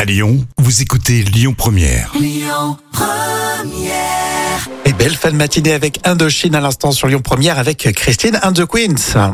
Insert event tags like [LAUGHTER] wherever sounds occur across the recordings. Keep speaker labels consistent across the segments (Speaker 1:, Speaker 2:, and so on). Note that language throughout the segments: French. Speaker 1: À Lyon, vous écoutez Lyon Première.
Speaker 2: Et belle fin de matinée avec Indochine à l'instant sur Lyon Première avec Christine and the Queens.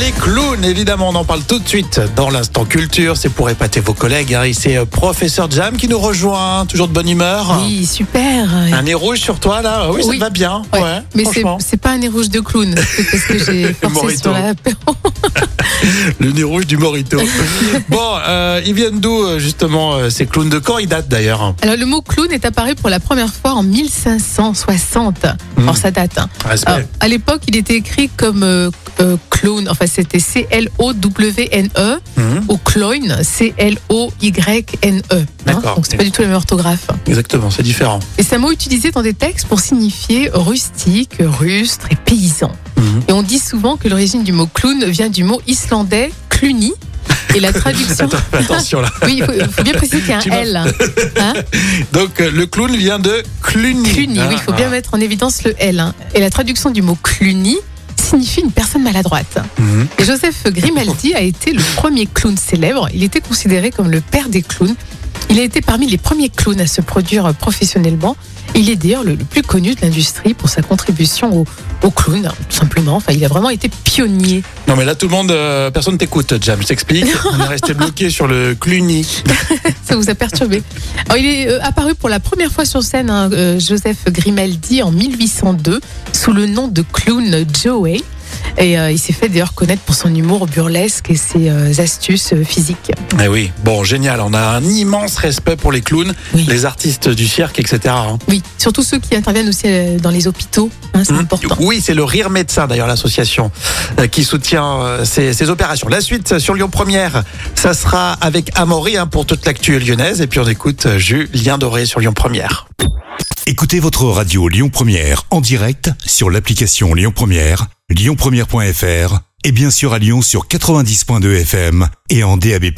Speaker 2: Les clowns, évidemment, on en parle tout de suite dans l'instant culture. C'est pour épater vos collègues. hein. Et c'est euh, professeur Jam qui nous rejoint. Toujours de bonne humeur.
Speaker 3: Oui, super.
Speaker 2: Ah. Un nez rouge sur toi là. Oui, ça
Speaker 3: Oui.
Speaker 2: te va bien.
Speaker 3: Ouais.
Speaker 2: Ouais,
Speaker 3: Mais c'est-
Speaker 2: franchement.
Speaker 3: c'est pas un nez rouge de clown, c'est parce
Speaker 2: [LAUGHS]
Speaker 3: que j'ai forcé
Speaker 2: Morito.
Speaker 3: sur la [LAUGHS]
Speaker 2: Le nez rouge du Morito. [LAUGHS] bon, euh, ils viennent d'où euh, justement euh, ces clowns de quand ils datent d'ailleurs hein?
Speaker 3: Alors le mot clown est apparu pour la première fois en 1560.
Speaker 2: Hmm.
Speaker 3: Alors ça date. hein.
Speaker 2: Respect.
Speaker 3: Alors, à l'époque, il était écrit comme euh, euh, clown, enfin c'était C-L-O-W-N-E
Speaker 2: Mhm.
Speaker 3: E ou clown, C-L-O-Y-N-E. hein.
Speaker 2: D'accord.
Speaker 3: Donc c'est pas du tout la même orthographe.
Speaker 2: Exactement, c'est différent.
Speaker 3: Et c'est un mot utilisé dans des textes pour signifier rustique, rustre et paysan.
Speaker 2: Mhm.
Speaker 3: Et on dit souvent que l'origine du mot clown vient du mot islandais cluni. Et la traduction.
Speaker 2: Attends, attention
Speaker 3: [LAUGHS]
Speaker 2: là.
Speaker 3: Oui, il faut, il faut bien préciser qu'il y a
Speaker 2: Tu
Speaker 3: un
Speaker 2: m'as-
Speaker 3: L. hein.
Speaker 2: Donc euh, le clown vient de Cluny.
Speaker 3: Cluny, oui, il faut bien
Speaker 2: Ah,
Speaker 3: mettre en évidence le L. hein. Et la traduction du mot cluny signifie une personne maladroite.
Speaker 2: ah. Mhm.
Speaker 3: Et Joseph Grimaldi a été le premier clown célèbre. Il était considéré comme le père des clowns. Il a été parmi les premiers clowns à se produire euh, professionnellement. Il est d'ailleurs le, le plus connu de l'industrie pour sa contribution au, au clown, hein, tout simplement. Enfin, il a vraiment été pionnier.
Speaker 2: Non mais là tout le monde, euh, personne t'écoute, Jam. Je
Speaker 3: [LAUGHS]
Speaker 2: t'explique. On est resté bloqué sur le Cluny.
Speaker 3: Ça vous a perturbé. Alors, il est euh, apparu pour la première fois sur scène, hein, euh, Joseph Grimaldi, en 1802, sous le nom de clown Joey. Et euh, il s'est fait d'ailleurs connaître pour son humour burlesque et ses euh, astuces euh, physiques.
Speaker 2: Eh oui. Bon, génial. On a un immense respect pour les clowns,
Speaker 3: Oui.
Speaker 2: les artistes du cirque, etc. hein.
Speaker 3: Oui, surtout ceux qui interviennent aussi euh, dans les hôpitaux, hein, c'est
Speaker 2: Mhm.
Speaker 3: important.
Speaker 2: Oui, c'est le Rire Médecin d'ailleurs l'association euh, qui soutient euh, ces, ces opérations. La suite euh, sur Lyon Première, ça sera avec Amaury hein, pour toute l'actu lyonnaise et puis on écoute euh, Julien Doré sur Lyon Première.
Speaker 1: Écoutez votre radio Lyon Première en direct sur l'application Lyon Première, lyonpremière.fr et bien sûr à Lyon sur 90.2 FM et en DAB+.